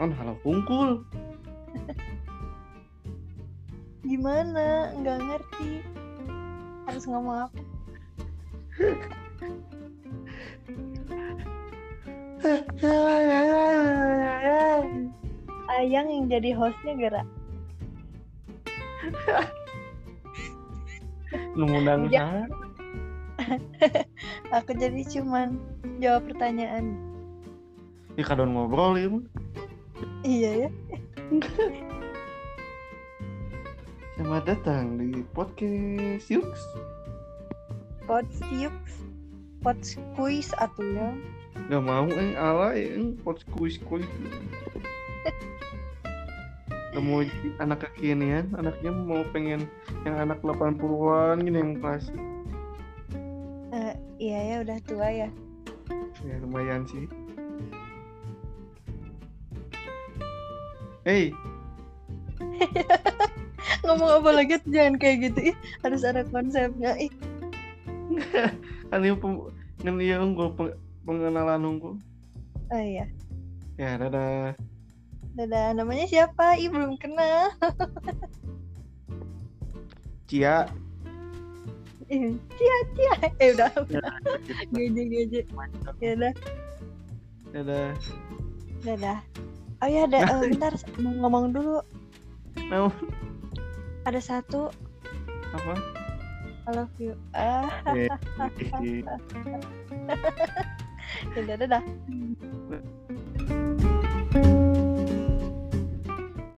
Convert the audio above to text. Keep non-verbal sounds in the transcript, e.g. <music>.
kan halo bungkul Gimana? Nggak ngerti. Harus ngomong apa? Ayang yang jadi hostnya gerak. mengundang Ya. saya Aku jadi cuman jawab pertanyaan. ya kadon ngobrol ya mah. Iya ya. selamat datang di podcast Yuks Pod Yux. Pod kuis atau ya. nggak mau eh ala eh podcast kuis kuis kamu anak kekinian anaknya mau pengen yang anak 80-an gini yang klasik Eh, iya ya udah tua ya. ya lumayan sih Hey, <laughs> Ngomong apa lagi tuh jangan kayak gitu. Ih, harus ada konsepnya. Ih, kan ini pem- kan ini unggul peng- pengenalan unggul. oh iya. Ya, dadah. Dadah, namanya siapa? Ih, belum kenal. Cia. Ih, Cia, cia. Eh, udah. <laughs> Gaji, gaji. Ya udah. Dadah. Dadah. Oh iya, ada eh, bentar mau ngomong dulu. Mau. Ada satu Apa? I love you. Ah, Eh, ya udah, dadah.